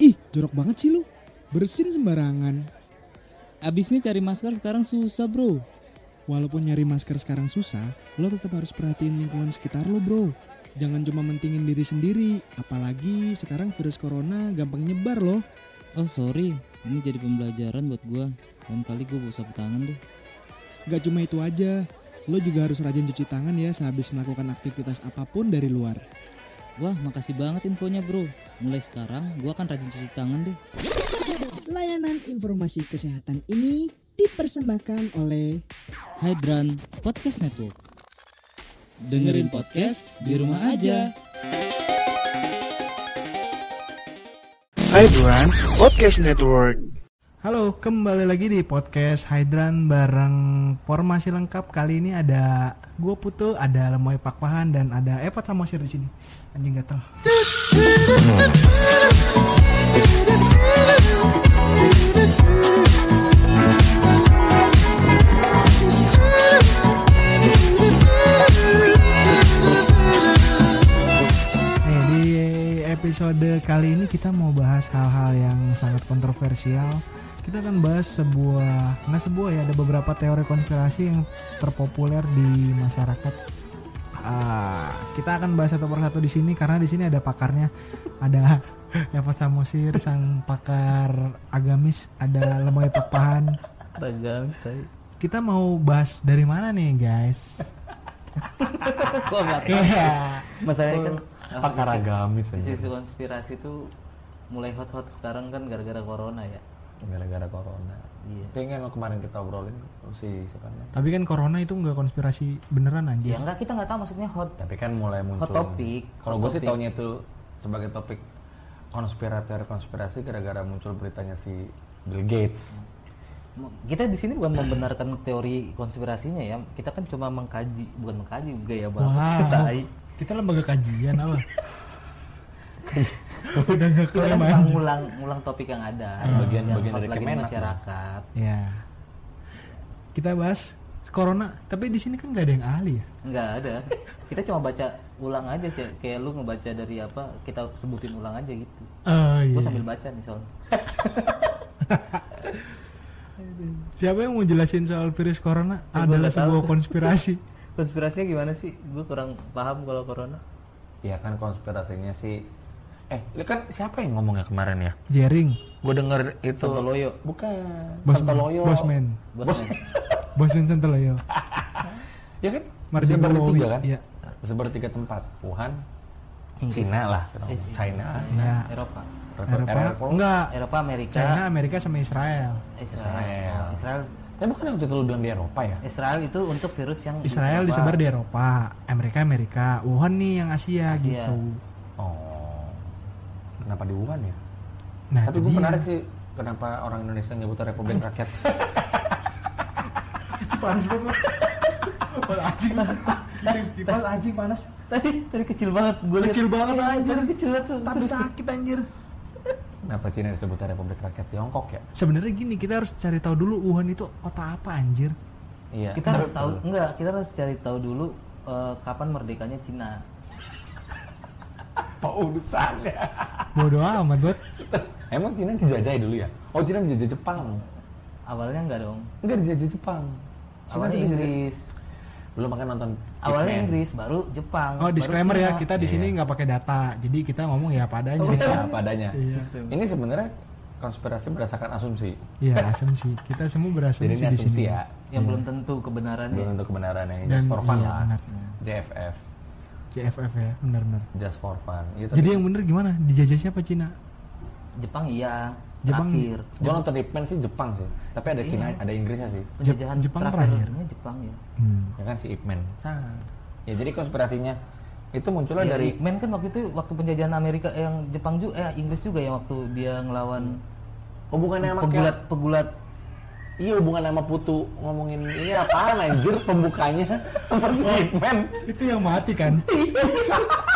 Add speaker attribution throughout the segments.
Speaker 1: Ih, jorok banget sih lu. Bersin sembarangan.
Speaker 2: Abis ini cari masker sekarang susah bro.
Speaker 1: Walaupun nyari masker sekarang susah, lo tetap harus perhatiin lingkungan sekitar lo bro. Jangan cuma mentingin diri sendiri, apalagi sekarang virus corona gampang nyebar loh.
Speaker 2: Oh sorry, ini jadi pembelajaran buat gua. Lain kali gua bawa sapu tangan deh.
Speaker 1: Gak cuma itu aja, lo juga harus rajin cuci tangan ya sehabis melakukan aktivitas apapun dari luar.
Speaker 2: Wah makasih banget infonya bro. Mulai sekarang gua akan rajin cuci tangan deh.
Speaker 3: Layanan informasi kesehatan ini dipersembahkan oleh
Speaker 2: Hydran Podcast Network. Dengerin podcast di rumah aja.
Speaker 4: Hai Buan, Podcast Network.
Speaker 5: Halo, kembali lagi di podcast Hydran bareng formasi lengkap. Kali ini ada gue Putu, ada Lemoy Pakpahan dan ada Evat sama Sir di sini. Anjing gatel. Nih di episode kali ini kita mau bahas hal-hal yang sangat kontroversial. Kita akan bahas sebuah nggak sebuah ya ada beberapa teori konspirasi yang terpopuler di masyarakat. Ah, kita akan bahas satu persatu di sini karena di sini ada pakarnya, ada Eva Samosir sang pakar agamis, ada Lemoy Pakpahan.
Speaker 6: Ragam tadi.
Speaker 5: Kita mau bahas dari mana nih guys?
Speaker 6: Gua enggak tahu.
Speaker 5: Iya.
Speaker 6: Masalahnya kan
Speaker 7: pakar agamis aja
Speaker 6: isu konspirasi tuh mulai hot-hot sekarang kan gara-gara corona ya.
Speaker 7: gara-gara corona
Speaker 6: Iya.
Speaker 7: kayak yang kemarin kita obrolin oh, si siapa namanya?
Speaker 5: Tapi kan corona itu nggak konspirasi beneran
Speaker 6: Ya
Speaker 5: anjir.
Speaker 6: enggak kita nggak tahu maksudnya hot.
Speaker 7: tapi kan mulai muncul
Speaker 6: Hot topic.
Speaker 7: kalau
Speaker 6: Hot
Speaker 7: gue sih
Speaker 6: topic.
Speaker 7: taunya itu sebagai topik konspirator konspirasi gara-gara muncul beritanya si Bill Gates
Speaker 6: Mo- Kita di sini bukan membenarkan teori konspirasinya ya. Kita kan cuma mengkaji, bukan mengkaji gaya banget kita. ai.
Speaker 5: Kita lembaga kajian Allah. Udah nggak
Speaker 6: Kita
Speaker 5: klaim
Speaker 6: kan
Speaker 5: aja.
Speaker 6: ngulang ngulang topik yang ada,
Speaker 7: Bagian-
Speaker 6: yang
Speaker 7: bagian
Speaker 6: hot
Speaker 7: dari
Speaker 6: lagi di
Speaker 7: Kemenak.
Speaker 6: masyarakat.
Speaker 5: Ya. Kita bahas corona, tapi di sini kan nggak ada yang ahli ya.
Speaker 6: Enggak ada. Kita cuma baca ulang aja sih, kayak lu ngebaca dari apa, kita sebutin ulang aja gitu.
Speaker 5: Oh,
Speaker 6: Gue
Speaker 5: iya.
Speaker 6: sambil baca nih soalnya.
Speaker 5: Siapa yang mau jelasin soal virus corona
Speaker 6: Ya, gua
Speaker 5: adalah
Speaker 6: nggak tahu.
Speaker 5: sebuah konspirasi.
Speaker 6: Konspirasinya gimana sih? Gue kurang paham kalau corona.
Speaker 7: ya kan konspirasinya si eh lu kan siapa yang ngomongnya kemarin ya
Speaker 5: Jering,
Speaker 7: gue denger itu
Speaker 6: Sontoloyo.
Speaker 7: bukan
Speaker 5: Bosman,
Speaker 7: Santoloyo
Speaker 5: Bosman,
Speaker 6: Bosman.
Speaker 5: Bosman Santoloyo.
Speaker 7: ya kan
Speaker 5: Martin
Speaker 7: Disebar di
Speaker 5: Wowi,
Speaker 7: tiga kan
Speaker 5: iya.
Speaker 7: Disebar di tiga tempat Wuhan Cina lah China
Speaker 5: Ya,
Speaker 6: Eropa.
Speaker 5: Eropa,
Speaker 7: Eropa.
Speaker 5: enggak.
Speaker 6: Eropa Amerika.
Speaker 5: China, Amerika sama Israel.
Speaker 6: Israel.
Speaker 7: Israel.
Speaker 6: Israel.
Speaker 7: tapi bukan yang waktu itu lu bilang di Eropa ya
Speaker 6: Israel itu untuk virus yang
Speaker 5: Israel disebar di Eropa, Amerika Amerika, Wuhan nih yang Asia,
Speaker 6: Asia.
Speaker 5: gitu.
Speaker 7: Oh. Kenapa di Wuhan ya?
Speaker 5: Nah,
Speaker 7: Tapi
Speaker 5: itu
Speaker 7: gue
Speaker 5: dia.
Speaker 7: menarik sih kenapa orang Indonesia nyebutnya Republik Rakyat.
Speaker 5: panas banget. Mas. Panas anjing. Kipas anjing panas.
Speaker 6: Tadi tadi kecil banget gue
Speaker 5: Kecil banget, anjir.
Speaker 6: Kecil banget. se-
Speaker 5: Tapi sakit anjir.
Speaker 7: kenapa Cina disebutnya Republik Rakyat Tiongkok ya?
Speaker 5: Sebenarnya gini, kita harus cari tahu dulu Wuhan itu kota apa anjir.
Speaker 7: Iya.
Speaker 6: Kita harus tahu enggak, kita harus cari tahu dulu eh, kapan merdekanya Cina.
Speaker 7: apa urusannya?
Speaker 5: Bodoh amat, buat
Speaker 7: Emang Cina dijajah dulu ya? Oh Cina dijajah Jepang.
Speaker 6: Awalnya enggak dong.
Speaker 7: Enggak dijajah Jepang.
Speaker 6: Awalnya
Speaker 7: Cina tuh dijajah-
Speaker 6: Inggris.
Speaker 7: Belum makan nonton.
Speaker 6: Awalnya
Speaker 7: Hitman.
Speaker 6: Inggris, baru Jepang.
Speaker 5: Oh,
Speaker 6: baru Iya.
Speaker 5: disclaimer ya,
Speaker 6: Cina.
Speaker 5: kita di sini nggak pakai data. Jadi kita ngomong ya apa
Speaker 6: Oh,
Speaker 5: adanya.
Speaker 7: Iya, apa adanya.
Speaker 5: Iya.
Speaker 7: Ini sebenarnya konspirasi berdasarkan asumsi.
Speaker 5: Iya, asumsi. Kita semua
Speaker 7: Jadi
Speaker 5: berasumsi
Speaker 7: ini
Speaker 5: di sini.
Speaker 7: asumsi ya.
Speaker 5: Iya.
Speaker 6: yang belum tentu kebenarannya.
Speaker 7: Belum tentu kebenarannya.
Speaker 5: Dan-
Speaker 7: Just for fun
Speaker 5: iya,
Speaker 7: lah.
Speaker 5: benar.
Speaker 7: JFF.
Speaker 5: CFF ya, benar-benar.
Speaker 7: Just for fun. Iya, tapi-
Speaker 5: Jadi yang bener gimana? Dijajah siapa Cina?
Speaker 6: Jepang iya,
Speaker 5: Jepang-
Speaker 6: terakhir.
Speaker 7: Gue nonton Hitman sih Jepang sih, tapi ada Cina,
Speaker 5: Iya.
Speaker 7: ada Inggrisnya sih.
Speaker 6: Penjajahan
Speaker 5: Jepang
Speaker 6: terakhirnya
Speaker 5: terakhir.
Speaker 6: Jepang ya.
Speaker 5: Hmm.
Speaker 7: Ya kan si Ipman. Ya jadi konspirasinya Itu munculnya
Speaker 5: Iya,
Speaker 6: Ya,
Speaker 7: dari
Speaker 6: Ickman kan waktu itu waktu penjajahan Amerika eh, yang Jepang juga eh Inggris juga ya waktu dia ngelawan
Speaker 7: hubungannya sama
Speaker 6: pegulat pegulat
Speaker 7: Iya hubungan sama Putu ngomongin ini apaan anjir pembukanya sama si Hitman.
Speaker 5: Itu yang mati kan?
Speaker 6: Iya.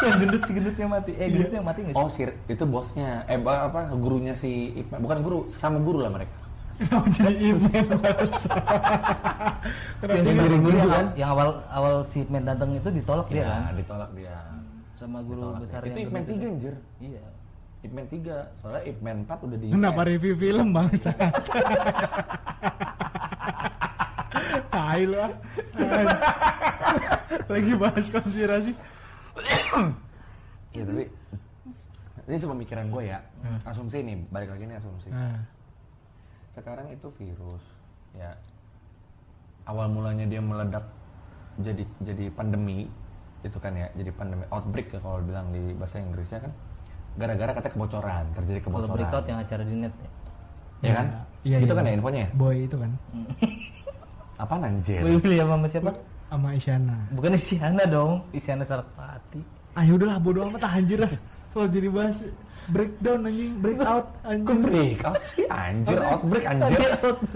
Speaker 6: yang gendut si gendutnya mati eh gendutnya yang mati nggak sih
Speaker 7: Oh sir, itu bosnya, eh ba- apa gurunya si Hitman, bukan guru, sama guru lah mereka.
Speaker 5: Kenapa jadi Iman?
Speaker 6: Yang
Speaker 7: sendiri
Speaker 6: guru
Speaker 7: dulu
Speaker 6: yang,
Speaker 7: kan?
Speaker 6: yang awal awal si Hitman datang itu ditolak dia kan
Speaker 7: Iya, ditolak dia.
Speaker 6: sama guru
Speaker 7: Ditolak
Speaker 6: besar
Speaker 7: dia. Itu
Speaker 6: yang
Speaker 7: Hitman
Speaker 6: gendut
Speaker 7: 3 anjir.
Speaker 6: iya
Speaker 7: Hitman 3, soalnya Hitman 4 udah di
Speaker 5: Kenapa review film bangsa? Tai lu ah. Lagi bahas konspirasi.
Speaker 7: Iya tapi ini sepemikiran gue ya.
Speaker 6: Mm.
Speaker 7: Asumsi nih, balik lagi nih asumsi.
Speaker 5: Nah,
Speaker 7: Sekarang itu virus ya. Awal mulanya dia meledak jadi jadi pandemi itu kan ya, jadi pandemi outbreak ya kalau bilang di bahasa Inggrisnya kan gara-gara katanya kebocoran, terjadi
Speaker 6: kalau
Speaker 7: kebocoran.
Speaker 6: breakout yang acara di net ya.
Speaker 7: Ya kan?
Speaker 5: Iya,
Speaker 7: itu
Speaker 5: iya.
Speaker 7: kan ya infonya ya?
Speaker 5: boy itu kan
Speaker 7: Apaan anjir?
Speaker 6: Willy sama siapa
Speaker 5: sama Isyana.
Speaker 6: bukan Isyana dong Isyana Sarpati
Speaker 5: Ayo udahlah bodo amat ah, anjir lah. Kalau jadi bahas breakdown anjing, breakout
Speaker 7: Kok
Speaker 5: anjing.
Speaker 7: breakout sih anjir, outbreak anjir.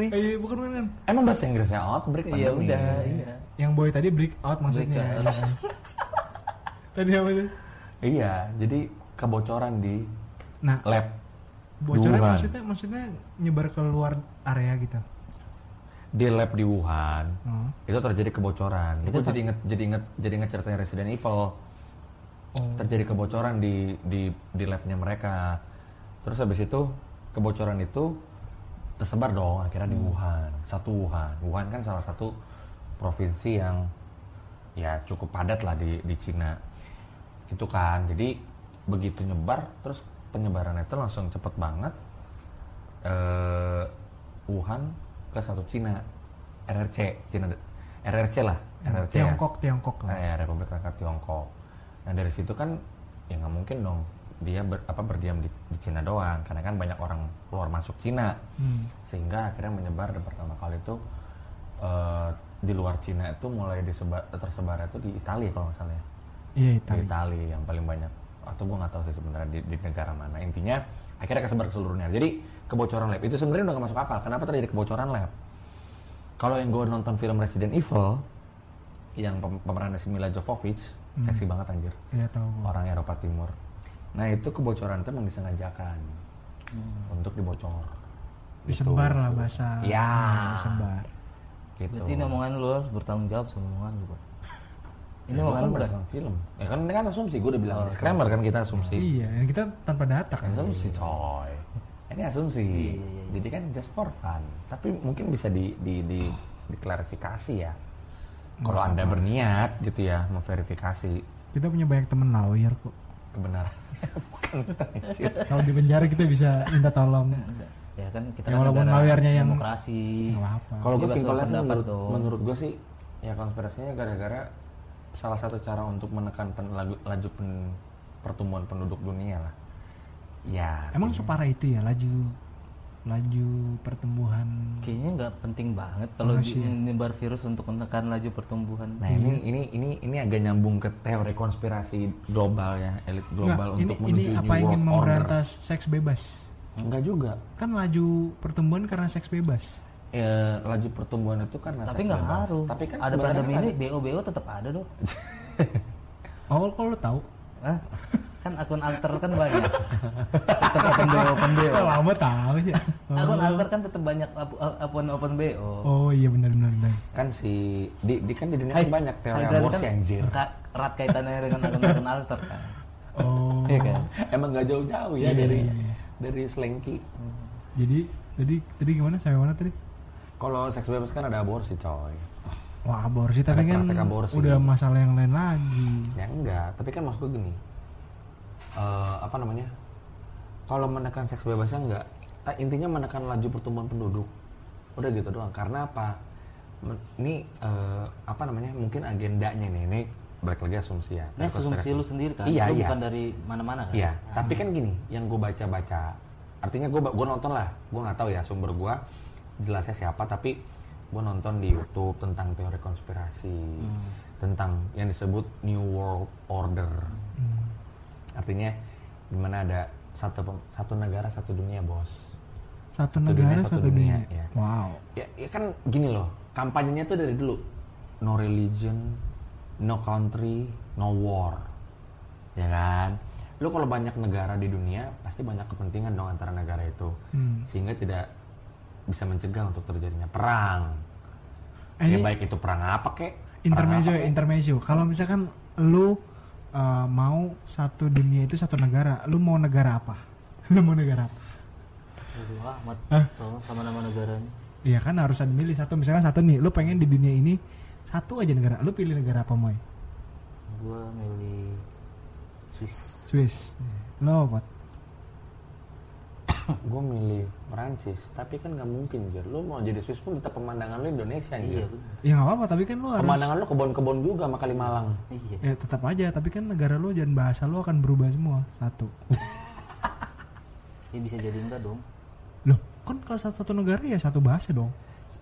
Speaker 5: Eh, bukan bukan, bukan.
Speaker 7: Emang bahasa Inggrisnya outbreak
Speaker 6: iya
Speaker 7: pandemi.
Speaker 6: udah iya
Speaker 5: Yang boy tadi breakout maksudnya.
Speaker 6: Breakout.
Speaker 5: Iya kan? tadi apa tuh?
Speaker 7: Iya, jadi kebocoran di
Speaker 5: Nah,
Speaker 7: lab.
Speaker 5: bocoran
Speaker 7: Wuhan.
Speaker 5: maksudnya maksudnya nyebar keluar area gitu.
Speaker 7: di lab di Wuhan
Speaker 5: Hmm.
Speaker 7: itu terjadi kebocoran. Itu jadi inget jadi inget jadi inget ceritanya Resident Evil. Terjadi kebocoran di di di labnya mereka. Terus habis itu kebocoran itu tersebar dong akhirnya di Wuhan. Satu Wuhan. Wuhan kan salah satu provinsi yang ya cukup padat lah di di Cina. Itu kan. Jadi begitu nyebar terus penyebarannya itu langsung cepet banget eh, Wuhan ke satu Cina RRC Cina RRC lah RRC ya.
Speaker 5: Tiongkok, Tiongkok.
Speaker 7: Nah, ya, Republik Rakyat Tiongkok nah dari situ kan ya nggak mungkin dong dia ber- apa berdiam di, di Cina doang karena kan banyak orang keluar masuk Cina
Speaker 5: Hmm.
Speaker 7: sehingga akhirnya menyebar dan pertama kali itu eh, di luar Cina itu mulai disebar tersebar itu di Italia kalau nggak salah ya
Speaker 5: Iya,
Speaker 7: di
Speaker 5: Itali.
Speaker 7: Itali yang paling banyak atau gue nggak tahu sih sebenarnya di, di negara mana intinya akhirnya kesebar ke seluruhnya jadi kebocoran lab itu sebenarnya udah gak masuk akal kenapa terjadi kebocoran lab kalau yang gue nonton film Resident Evil yang pem- pemerannya si Mila Jovovich seksi banget anjir
Speaker 5: Iya, tahu gua.
Speaker 7: orang Eropa Timur nah itu kebocoran itu memang disengajakan untuk dibocor
Speaker 5: Disebar lah bahasa.
Speaker 7: Ya.
Speaker 5: Nah, disebar.
Speaker 7: gitu
Speaker 6: berarti ini omongan lu harus bertanggung jawab sama omongan lu Bro. ini
Speaker 7: ini
Speaker 6: omongan
Speaker 7: kan
Speaker 6: lu Bro.
Speaker 7: berdasarkan film ya kan ini kan asumsi gue udah bilang disclaimer kan kita asumsi
Speaker 5: Iya, yang kita tanpa data kan.
Speaker 7: Asumsi coy. Ini asumsi. Jadi kan just for fun. Tapi mungkin bisa di di di diklarifikasi ya. Kalau Anda berniat gitu ya memverifikasi
Speaker 5: Kita punya banyak temen lawyer kok.
Speaker 7: kebenaran. Bukan bukan, anjir.
Speaker 5: Kalau di penjara kita bisa minta tolong.
Speaker 6: ya kan kita
Speaker 5: Ya,
Speaker 6: kan
Speaker 5: walaupun
Speaker 6: negara
Speaker 5: lawyernya yang-
Speaker 6: demokrasi
Speaker 5: Nggak apa-apa.
Speaker 7: Kalau gue
Speaker 6: Bebas
Speaker 7: simpelnya sih
Speaker 6: berpendapat
Speaker 7: menurut,
Speaker 6: dong.
Speaker 7: menurut gue sih ya konspirasinya gara-gara salah satu cara untuk menekan pen- laju, laju pen- pertumbuhan penduduk dunia lah. Ya.
Speaker 5: Emang separah itu ya laju laju pertumbuhan.
Speaker 6: kayaknya nggak penting banget kalau di-
Speaker 5: ya.
Speaker 6: menyebar virus untuk menekan laju pertumbuhan
Speaker 5: iya,
Speaker 7: Nah ini ini ini ini agak nyambung ke teori konspirasi global ya elit global
Speaker 5: ini,
Speaker 7: untuk
Speaker 5: ini
Speaker 7: menuju
Speaker 5: apa
Speaker 7: new
Speaker 5: ingin
Speaker 7: world order.
Speaker 5: memberantas seks bebas?
Speaker 7: Enggak juga.
Speaker 5: Kan laju pertumbuhan karena seks bebas.
Speaker 7: Eh, laju pertumbuhan itu karena
Speaker 6: tapi
Speaker 7: seks
Speaker 6: nggak
Speaker 7: bebas.
Speaker 6: ngaruh
Speaker 7: Tapi kan
Speaker 6: ada
Speaker 7: sebenarnya
Speaker 6: pandemi
Speaker 7: kan
Speaker 6: ini bo bo tetap ada dong
Speaker 5: Awal kalau lo tahu.
Speaker 6: Hah? kan akun alter kan banyak tetap open bo open bo
Speaker 7: Iya.
Speaker 5: Lama tahu ya.
Speaker 6: akun alter kan tetap banyak ap- a- akun open bo
Speaker 5: Oh iya benar benar. benar.
Speaker 7: kan si di, di kan di dunia kan banyak teori
Speaker 6: Padahal
Speaker 7: aborsi
Speaker 6: kan
Speaker 7: anjir.
Speaker 6: ka- erat kaitannya dengan akun akun alter kan
Speaker 5: Oh.
Speaker 7: Iya kan? Emang nggak jauh-jauh
Speaker 5: Iya,
Speaker 7: ya dari dari selengki.
Speaker 5: Jadi tadi tadi gimana sampai mana tadi?
Speaker 7: Kalau seks bebas kan ada aborsi coy.
Speaker 5: Wah aborsi tapi
Speaker 7: Ada
Speaker 5: kan
Speaker 7: praktek aborsi.
Speaker 5: udah masalah yang lain lagi.
Speaker 7: Ya enggak, tapi kan maksud gue gini. Eh, apa namanya? Kalau menekan seks bebasnya enggak, ta- intinya menekan laju pertumbuhan penduduk. Udah gitu doang. Karena apa? Men- Ini eh, apa namanya? Mungkin agendanya nih, ini balik lagi asumsi ya.
Speaker 6: ini asumsi lu sendiri kan
Speaker 7: Iya,
Speaker 6: lu
Speaker 7: iya.
Speaker 6: bukan dari mana mana kan
Speaker 7: Iya, tapi kan gini, yang gue baca-baca, artinya gue gue nonton lah, gue nggak tahu ya sumber gue jelasnya siapa, tapi gue nonton di YouTube tentang teori konspirasi tentang yang disebut New World Order artinya dimana ada satu pem- satu negara satu dunia bos
Speaker 5: Satu
Speaker 7: Satu
Speaker 5: negara
Speaker 7: dunia, satu
Speaker 5: satu dunia.
Speaker 7: dunia, ya.
Speaker 5: Wow.
Speaker 7: ya, ya kan gini loh kampanyenya tuh dari dulu no religion no country no war ya kan lu kalau banyak negara di dunia pasti banyak kepentingan dong antara negara itu
Speaker 5: Hmm.
Speaker 7: sehingga tidak bisa mencegah untuk terjadinya perang
Speaker 5: Eh,
Speaker 7: ya
Speaker 5: ini-
Speaker 7: baik itu perang apa kek perang
Speaker 5: Intermezzo
Speaker 7: apa
Speaker 5: ya, intermezzo. Kalau misalkan lu uh, mau satu dunia itu satu negara, lu mau negara apa? Lu mau negara apa?
Speaker 6: Aduh amat. Tolong sama nama negaranya.
Speaker 5: Iya kan harus ada milih satu. Misalkan satu nih, lu pengen di dunia ini satu aja negara. Lu pilih negara apa, Moy?
Speaker 6: Gua milih Swiss.
Speaker 5: Swiss. Lo apa?
Speaker 7: gue milih Perancis tapi kan nggak mungkin Jer lu mau jadi Swiss pun tetap pemandangan lu Indonesia
Speaker 6: Iya,
Speaker 7: Jer
Speaker 6: bener.
Speaker 5: Ya nggak apa-apa, tapi kan lu harus
Speaker 7: pemandangan lu kebon-kebon juga sama Kalimalang
Speaker 6: Iya.
Speaker 5: ya tetap aja, tapi kan negara lu dan bahasa lu akan berubah semua. Satu.
Speaker 6: Ya bisa jadi enggak dong.
Speaker 5: Loh, kan kalau satu-satu negara ya satu bahasa dong.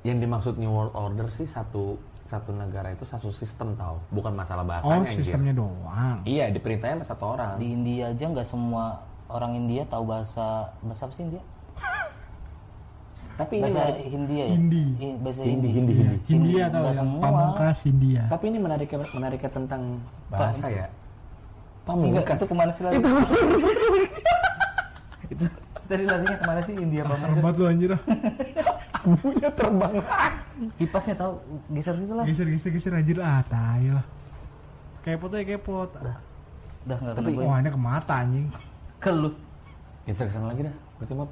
Speaker 7: yang dimaksud New World Order sih satu satu negara itu satu sistem tau bukan masalah
Speaker 5: Oh,
Speaker 7: bahasanya Jer.
Speaker 5: sistemnya doang.
Speaker 7: iya diperintahnya sama satu orang
Speaker 6: Di India aja nggak semua orang India tahu bahasa bahasa apa sih India?
Speaker 7: tapi ini
Speaker 6: Bahasa
Speaker 7: menarik-
Speaker 6: Hindia ya?
Speaker 5: Hindi.
Speaker 6: I- bahasa
Speaker 7: Hindi,
Speaker 6: Hindi.
Speaker 7: Hindi, Hindi.
Speaker 5: Hindia
Speaker 6: Hindi,
Speaker 5: tau ya.
Speaker 6: nggak
Speaker 5: yang
Speaker 6: semua.
Speaker 5: pamungkas Hindia.
Speaker 7: tapi ini menariknya menariknya tentang bahasa ya
Speaker 6: Enggak,
Speaker 7: pamungkas
Speaker 6: itu kemana sih lari? itu tadi larinya kemana sih India
Speaker 5: Kasar
Speaker 6: Pamungkas?
Speaker 5: banget lu anjir.
Speaker 7: punya terbang
Speaker 6: Kipasnya tahu geser gitu lah.
Speaker 5: geser geser geser anjir ah tai lah kepot aja kepot
Speaker 6: Udah enggak
Speaker 7: Tapi-
Speaker 6: kena gue.
Speaker 5: wah ini ke mata anjing
Speaker 6: Ke lu.
Speaker 7: kita kesana lagi dah berarti mau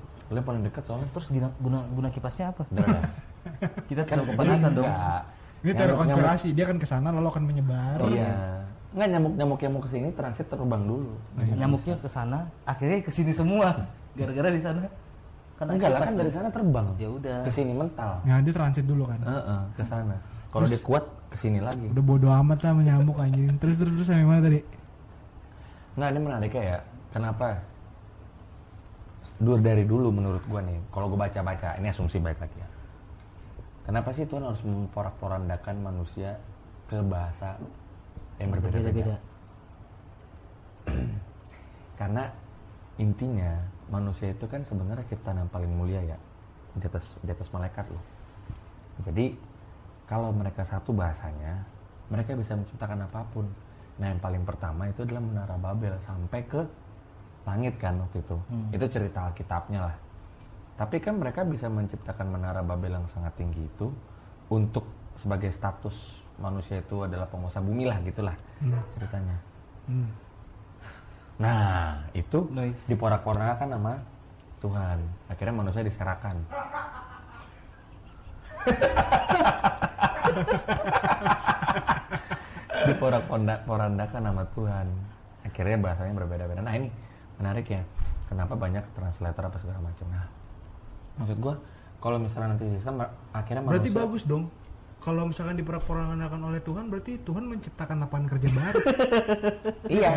Speaker 7: lu yang paling dekat soalnya
Speaker 6: Terus guna, guna, guna kipasnya apa?
Speaker 7: Udah, udah.
Speaker 6: Kita
Speaker 7: kan
Speaker 6: tidak kepanasan dong.
Speaker 7: Enggak.
Speaker 5: ini teori
Speaker 7: Nyamuk-
Speaker 5: konspirasi dia kan kesana lalu akan menyebar
Speaker 7: nyamuk- Ya, iya nggak nyamuk nyamuk yang mau kesini transit terbang dulu
Speaker 6: Nyamuknya ke sana, akhirnya ke sini semua. Gara-gara di sana. Kan
Speaker 7: enggak lah
Speaker 6: kipas
Speaker 7: kan
Speaker 6: tuh.
Speaker 7: dari sana terbang
Speaker 6: Ya udah.
Speaker 7: kesini mental
Speaker 5: nah dia transit dulu kan
Speaker 7: Heeh, ke sana kalau dia kuat kesini lagi
Speaker 5: udah bodo amat lah menyamuk anjing terus terus terus sampai mana tadi
Speaker 7: Nah ini menariknya ya, kenapa? Dur dari dulu menurut gua nih, kalau gua baca-baca, ini asumsi baik lagi ya. Kenapa sih Tuhan harus memporak-porandakan manusia ke bahasa yang
Speaker 6: Beda-beda.
Speaker 7: berbeda-beda? Karena intinya manusia itu kan sebenarnya ciptaan yang paling mulia ya di atas di atas malaikat loh. Jadi kalau mereka satu bahasanya, mereka bisa menciptakan apapun. Nah yang paling pertama itu adalah menara Babel sampai ke langit kan waktu itu. Itu cerita Alkitabnya lah. Tapi kan mereka bisa menciptakan menara Babel yang sangat tinggi itu untuk sebagai status manusia itu adalah penguasa bumi lah gitulah ceritanya.
Speaker 5: hmm.
Speaker 7: Nah, itu
Speaker 6: Nice.
Speaker 7: diporak-porandakan sama Tuhan. Akhirnya manusia diserakan. diporak-porandakan sama Tuhan. Akhirnya bahasanya berbeda-beda. Nah, ini menarik ya. Kenapa banyak translator apa segala macam. Nah, maksud gua kalau misalnya nanti sistem akhirnya
Speaker 5: berarti
Speaker 7: manusia
Speaker 5: bagus dong kalau misalkan diperporandakan oleh Tuhan berarti Tuhan menciptakan lapangan kerja baru
Speaker 7: iya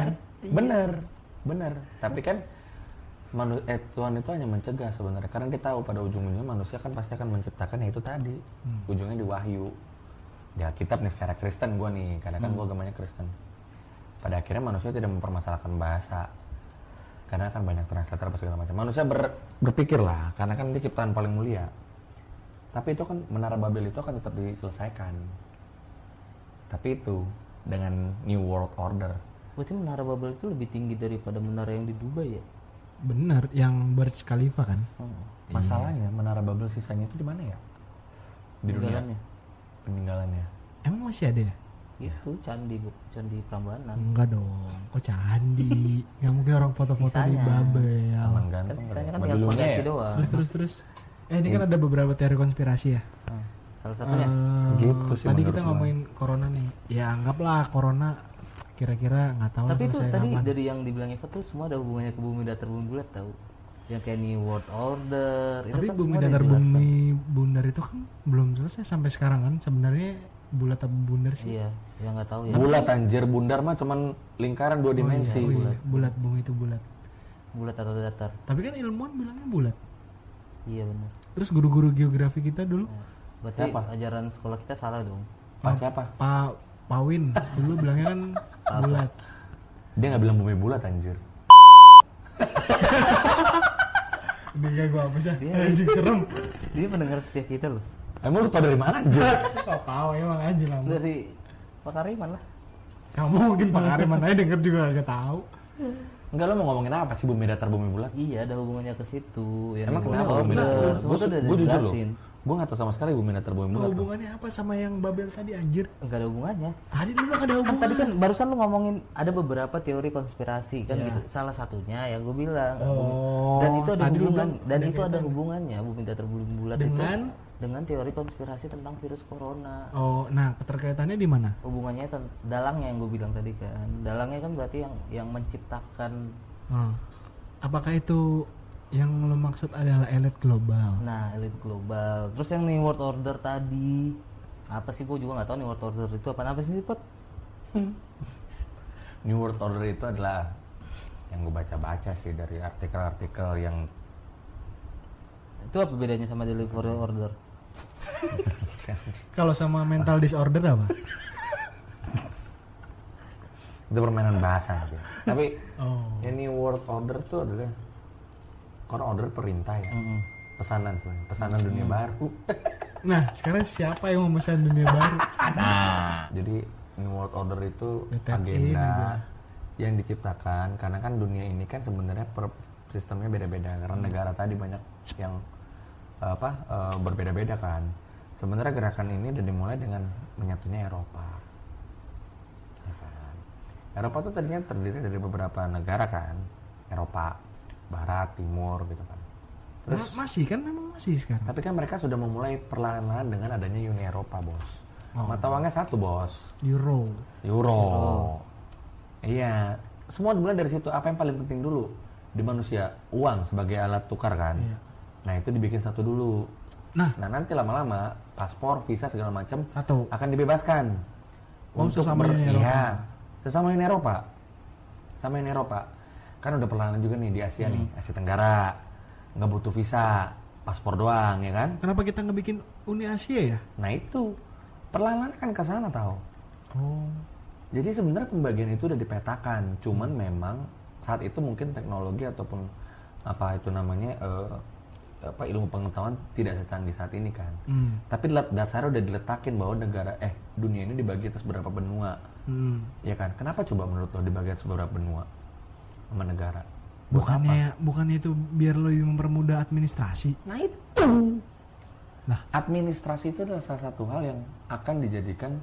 Speaker 7: benar benar tapi kan manu- eh, Tuhan itu hanya mencegah sebenarnya karena dia tahu pada ujung-ujungnya manusia kan pasti akan menciptakan ya itu tadi ujungnya di wahyu di Alkitab nih secara Kristen gue nih karena kan gue agamanya Kristen pada akhirnya manusia tidak mempermasalahkan bahasa karena kan banyak translator apa segala macam manusia ber- berpikir lah karena kan dia ciptaan paling mulia tapi itu kan menara Babel itu akan tetap diselesaikan tapi itu dengan New World Order
Speaker 6: Berarti menara Babel itu lebih tinggi daripada menara yang di Dubai ya?
Speaker 5: bener yang Burj Khalifa kan
Speaker 7: Iya. Masalahnya menara Babel sisanya itu di mana ya? Di dunia.
Speaker 6: Peninggalannya.
Speaker 7: Peninggalannya.
Speaker 5: emang masih ada ya
Speaker 6: Itu candi Bu- candi Prambanan.
Speaker 5: enggak dong kok candi nggak mungkin orang foto-foto di
Speaker 6: Sisanya.
Speaker 5: Babel
Speaker 7: Taman
Speaker 6: Kan
Speaker 7: gantung.
Speaker 6: sisanya kan
Speaker 7: Babel
Speaker 6: tinggal
Speaker 7: Luna
Speaker 6: fondasi
Speaker 7: ya?
Speaker 6: doang.
Speaker 5: terus terus terus eh ini kan ada beberapa teori konspirasi ya
Speaker 6: Salah satunya
Speaker 5: Eh,
Speaker 7: Gitu sih
Speaker 5: tadi
Speaker 7: menurut
Speaker 5: kita
Speaker 7: gua.
Speaker 5: ngomongin corona nih ya anggaplah corona kira-kira nggak tahu
Speaker 6: Tapi itu
Speaker 5: selesai
Speaker 6: tadi
Speaker 5: kapan.
Speaker 6: dari yang dibilang Eva tuh semua ada hubungannya ke bumi datar bumi bulat tahu. Yang kayak New World Order itu
Speaker 5: tapi
Speaker 6: kan
Speaker 5: bumi
Speaker 6: semua ada
Speaker 5: datar
Speaker 6: dijelaskan.
Speaker 5: bumi bundar itu kan belum selesai sampai sekarang kan sebenarnya bulat apa bundar sih
Speaker 6: Iya, yang nggak tahu ya.
Speaker 7: Bulat anjir bundar mah cuman lingkaran dua dimensi.
Speaker 5: Oh iya, bulat bumi itu bulat
Speaker 6: Bulat atau datar.
Speaker 5: tapi kan ilmuwan bilangnya bulat
Speaker 6: Iya benar.
Speaker 5: terus guru-guru geografi kita dulu
Speaker 6: Berarti
Speaker 7: Kenapa?
Speaker 6: ajaran sekolah kita salah dong.
Speaker 7: Pak siapa?
Speaker 5: Pak Pawin dulu bilangnya kan bulat.
Speaker 7: Dia nggak bilang bumi bulat anjir.
Speaker 5: Udah gak gua hapus ya. Anjing serem.
Speaker 6: Dia mendengar setia kita loh.
Speaker 7: Emang lu tau dari mana anjir?
Speaker 5: Pak Paw emang anjing lah.
Speaker 6: Dari Pak Kariman lah.
Speaker 5: Kamu mungkin Pak Kariman aja denger juga gak tahu.
Speaker 7: Enggak lu mau ngomongin apa sih bumi datar bumi bulat?
Speaker 6: Iya, ada hubungannya ke situ. Yang
Speaker 7: Emang
Speaker 6: dibawa-
Speaker 7: kenapa bumi
Speaker 6: Bener,
Speaker 7: datar?
Speaker 6: semua tuh udah
Speaker 7: Gue jujur loh.
Speaker 6: dijelasin.
Speaker 7: Gue nggak tahu sama sekali bumi datar bumi bulat. loh.
Speaker 5: Hubungannya apa sama yang Babel tadi anjir?
Speaker 6: Enggak ada hubungannya.
Speaker 5: Tadi dulu gak ada
Speaker 6: Kan
Speaker 5: hubungan.
Speaker 6: tadi kan barusan lu ngomongin ada beberapa teori konspirasi kan gitu. Salah satunya ya gue bilang.
Speaker 5: Oh,
Speaker 6: dan itu ada
Speaker 5: tadi lu
Speaker 6: hubungan
Speaker 5: bilang
Speaker 6: dan
Speaker 5: ada
Speaker 6: itu ada
Speaker 5: kaitan.
Speaker 6: hubungannya bumi datar bumi bulat
Speaker 5: Dengan?
Speaker 6: itu dengan teori konspirasi tentang virus corona.
Speaker 5: Oh, nah keterkaitannya di mana?
Speaker 6: Hubungannya ten- dalangnya yang gue bilang tadi kan. Dalangnya kan berarti yang yang menciptakan
Speaker 5: Hmm. Apakah itu yang lo maksud adalah elit global?
Speaker 6: Nah, elit global. Terus yang nih world order tadi apa sih gue juga nggak tahu nih world order itu apa apa sih pot
Speaker 7: New World Order itu adalah yang gue baca-baca sih dari artikel-artikel yang
Speaker 6: itu apa bedanya sama delivery order
Speaker 5: Kalau sama mental disorder apa?
Speaker 7: itu permainan bahasa aja. Tapi
Speaker 5: Oh.
Speaker 7: ini World Order tuh adalah kan order perintah ya. Pesanan sebenarnya, pesanan dunia baru.
Speaker 5: Nah, sekarang siapa yang memesan dunia baru?
Speaker 7: Jadi New World Order itu
Speaker 5: Ditetapin aja.
Speaker 7: agenda yang diciptakan karena kan dunia ini kan sebenarnya per- sistemnya beda-beda karena negara tadi banyak yang eh, apa eh, berbeda-beda kan. Sebenarnya gerakan ini udah dimulai dengan menyatunya Eropa. Ya kan? Eropa tuh tadinya terdiri dari beberapa negara kan. Eropa barat, timur gitu kan. Terus
Speaker 5: Ma- masih kan memang masih sekarang.
Speaker 7: tapi kan mereka sudah memulai perlahan-lahan dengan adanya Uni Eropa, Bos. Mata uangnya satu, Bos.
Speaker 5: Euro.
Speaker 7: Euro. Iya, semua dimulai dari situ. Apa yang paling penting dulu di manusia? Uang sebagai alat tukar kan. Nah, itu dibikin satu dulu.
Speaker 5: Iya. Nah.
Speaker 7: nanti lama-lama paspor, visa segala macam
Speaker 5: Satu.
Speaker 7: akan dibebaskan.
Speaker 5: Oh, sesama Uni Eropa.
Speaker 7: Iya, sesama Uni Eropa. Sama Uni Eropa. Kan udah perlahan juga nih di Asia nih,
Speaker 5: Hmm.
Speaker 7: Asia Tenggara. Nggak butuh visa, paspor doang ya kan.
Speaker 5: Kenapa kita ngebikin Uni Asia ya?
Speaker 7: Nah, itu perlahan kan ke sana tahu.
Speaker 5: Oh.
Speaker 7: Jadi sebenarnya pembagian itu udah dipetakan, cuman memang saat itu mungkin teknologi ataupun apa itu namanya eh, apa ilmu pengetahuan tidak secanggih saat ini kan.
Speaker 5: Hmm.
Speaker 7: Tapi dat- dasarnya udah diletakin bahwa negara eh dunia ini dibagi atas beberapa benua,
Speaker 5: Hmm.
Speaker 7: ya kan? Kenapa coba menurut lo dibagi atas beberapa benua sama negara? Buat
Speaker 5: Bukannya bukannya itu biar lo lebih mempermudah administrasi?
Speaker 7: Nah itu.
Speaker 5: Nah.
Speaker 7: administrasi itu adalah salah satu hal yang akan dijadikan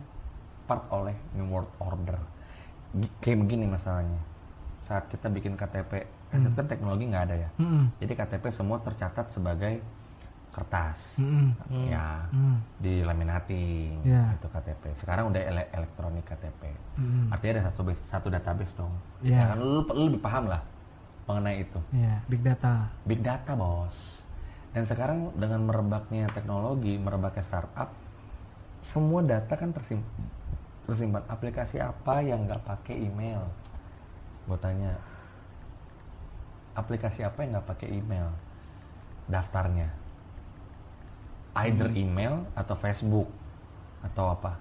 Speaker 7: part oleh New World Order. G- Kayak begini masalahnya. Saat kita bikin KTP, kan itu kan teknologi nggak ada ya.
Speaker 5: Hmm.
Speaker 7: Jadi KTP semua tercatat sebagai kertas.
Speaker 5: Hmm.
Speaker 7: Ya,
Speaker 5: Hmm.
Speaker 7: gitu dilaminating
Speaker 5: Ya.
Speaker 7: itu KTP. Sekarang udah ele- elektronik KTP.
Speaker 5: Hmm.
Speaker 7: Artinya ada satu base- satu database dong.
Speaker 5: Ya.
Speaker 7: Kan lu, lu lebih paham lah mengenai itu
Speaker 5: Ya, big data.
Speaker 7: big data bos dan sekarang dengan merebaknya teknologi merebaknya startup semua data kan tersimpan tersimpan aplikasi apa yang nggak pakai email gue tanya aplikasi apa yang nggak pakai email daftarnya either email atau Facebook atau apa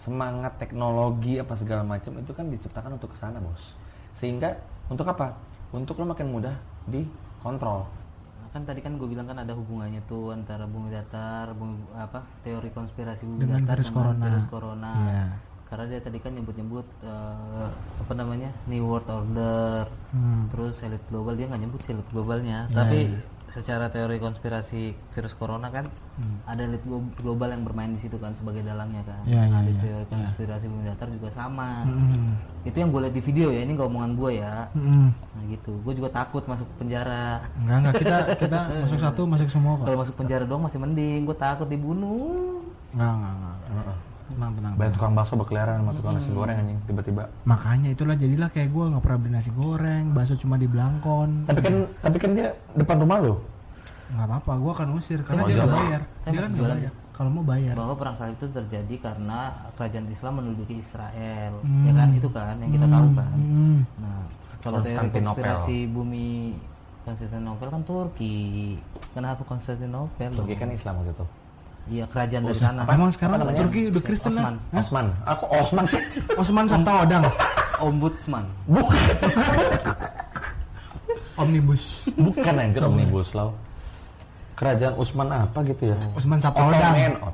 Speaker 7: semangat teknologi apa segala macam itu kan diciptakan untuk kesana bos sehingga untuk apa untuk lo makin mudah dikontrol
Speaker 6: Nah, kan tadi kan gue bilang kan ada hubungannya tuh antara bumi datar bumi apa teori konspirasi bumi
Speaker 5: Dengan
Speaker 6: datar
Speaker 5: virus corona.
Speaker 6: virus corona
Speaker 5: Iya.
Speaker 6: karena dia tadi kan nyebut-nyebut eh, apa namanya new world order
Speaker 5: Hmm.
Speaker 6: terus elit global dia nggak nyebut sih elit globalnya
Speaker 5: Iya,
Speaker 6: tapi secara teori konspirasi virus corona kan
Speaker 5: Hmm.
Speaker 6: ada elit glo- global yang bermain di situ kan sebagai dalangnya kan
Speaker 5: Iya, iya,
Speaker 6: Nah, di teori konspirasi bumi datar juga sama itu yang gue lihat di video ya ini nggak omongan gue ya
Speaker 5: Hmm.
Speaker 6: nah gitu gue juga takut masuk penjara
Speaker 5: Enggak, enggak. Kita kita masuk satu, masuk semua kok.
Speaker 6: kalau masuk penjara doang masih mending, gue takut dibunuh.
Speaker 5: Enggak, enggak, enggak. Tenang, tenang.
Speaker 7: banyak tukang bakso berkeliaran sama tukang nasi goreng anjing tiba-tiba
Speaker 5: Makanya itulah jadilah kayak gue nggak pernah beli nasi goreng, bakso cuma di belangkon.
Speaker 7: tapi kan tapi kan dia depan rumah lo
Speaker 5: Nggak apa-apa, gue akan usir karena dia nggak bayar. Dia kan nggak bayar. Kalau mau bayar.
Speaker 6: Bahwa perang salib itu terjadi karena kerajaan Islam menduduki Israel, ya kan itu kan yang kita tahu kan.
Speaker 5: Hmm.
Speaker 6: Nah, kalau teori
Speaker 7: Konstantinopel.
Speaker 6: konspirasi bumi Konstantinopel kan Turki, kenapa Konstantinopel?
Speaker 7: Turki kan Islam waktu itu
Speaker 6: Iya kerajaan dari sana.
Speaker 5: Emang sekarang Turki udah Kristen
Speaker 6: Osman.
Speaker 5: kan? Hah?
Speaker 7: Osman. Aku Osman sih.
Speaker 5: Osman Sabtaodang,
Speaker 6: Ombudsman.
Speaker 7: Bukan.
Speaker 5: Omnibus.
Speaker 7: Bukan anjir omnibus law. Kerajaan Usman apa gitu ya?
Speaker 5: Osman
Speaker 7: Ottoman.
Speaker 5: Sabtaodang,
Speaker 7: Oh,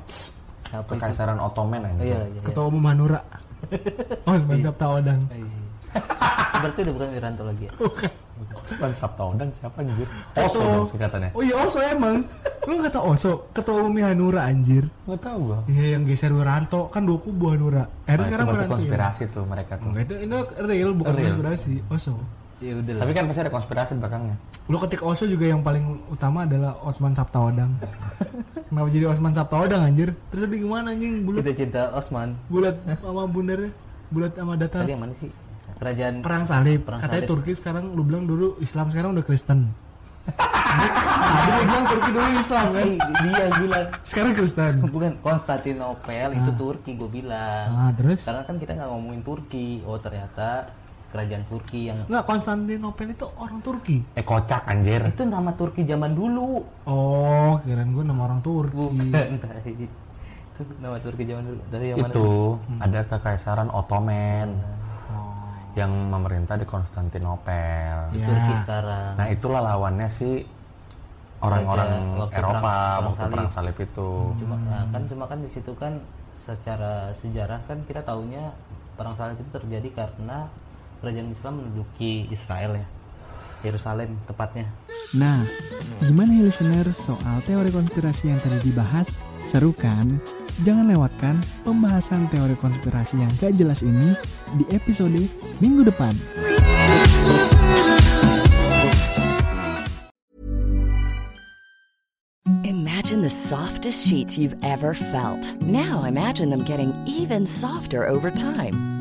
Speaker 6: Siapa itu?
Speaker 7: Kekaisaran Ottoman anjir.
Speaker 6: Iya, iya.
Speaker 5: Ketua Umum Hanura. Osman Sabtaodang.
Speaker 7: Iya.
Speaker 6: iya. Berarti udah bukan Wiranto lagi ya?
Speaker 7: Osman Sabtaodang siapa anjir? Oso dong singkatannya.
Speaker 5: Oh iya Oso emang. Lu nggak tau Oso, Ketua Umum Hanura anjir.
Speaker 7: Nggak tahu gua.
Speaker 5: Iya yang geser Wiranto kan dua kubu Hanura.
Speaker 7: Nah,
Speaker 5: Akhirnya
Speaker 7: itu
Speaker 5: sekarang
Speaker 7: berarti
Speaker 5: Wiranto. ya.
Speaker 7: konspirasi tuh mereka tuh.
Speaker 5: Enggak itu itu real bukan
Speaker 7: Real.
Speaker 5: konspirasi. Oso.
Speaker 6: Iya udah lah.
Speaker 7: Tapi kan pasti ada konspirasi di belakangnya.
Speaker 5: Lu ketik Oso juga yang paling utama adalah Osman Sabtaodang. Kenapa jadi Osman Sabtaodang anjir? Terus tadi gimana anjing bulat
Speaker 6: Kita cinta Osman.
Speaker 5: bulat sama bundarnya, bulat sama datar.
Speaker 6: Tadi yang mana sih? Kerajaan
Speaker 5: Perang salib.
Speaker 6: Perang
Speaker 5: Katanya
Speaker 6: salib.
Speaker 5: Turki sekarang lu bilang dulu Islam sekarang udah Kristen. Tadi lu bilang Turki dulu Islam kan.
Speaker 6: Ih, Iya, dia bilang
Speaker 5: Sekarang Kristen.
Speaker 6: bukan Konstantinopel itu Turki gue bilang.
Speaker 5: Ah, terus
Speaker 6: Karena kan kita nggak ngomongin Turki. Oh ternyata kerajaan Turki yang
Speaker 5: Enggak Konstantinopel itu orang Turki.
Speaker 7: Eh kocak anjir.
Speaker 6: itu nama Turki zaman dulu.
Speaker 5: Oh, kirain gue nama orang Turki.
Speaker 6: Bukan tai. Itu nama Turki zaman dulu. Dari yang mana?
Speaker 7: itu Hmm. ada kekaisaran Ottoman yang memerintah di Konstantinopel.
Speaker 6: Di Turki sekarang.
Speaker 7: Nah itulah lawannya si
Speaker 6: Kerajaan
Speaker 7: orang-orang
Speaker 6: waktu
Speaker 7: Eropa
Speaker 6: perang-
Speaker 7: waktu
Speaker 6: perang
Speaker 7: perang salib itu.
Speaker 6: Cuma nah, kan cuma kan di situ kan secara sejarah kan kita taunya perang salib itu terjadi karena kerajaan Islam menduduki Israel ya. Yerusalem tepatnya.
Speaker 1: Nah, gimana ya listener soal teori konspirasi yang tadi dibahas? Seru kan? Jangan lewatkan pembahasan teori konspirasi yang gak jelas ini di episode minggu depan.
Speaker 8: Imagine the softest sheets you've ever felt. Now imagine them getting even softer over time.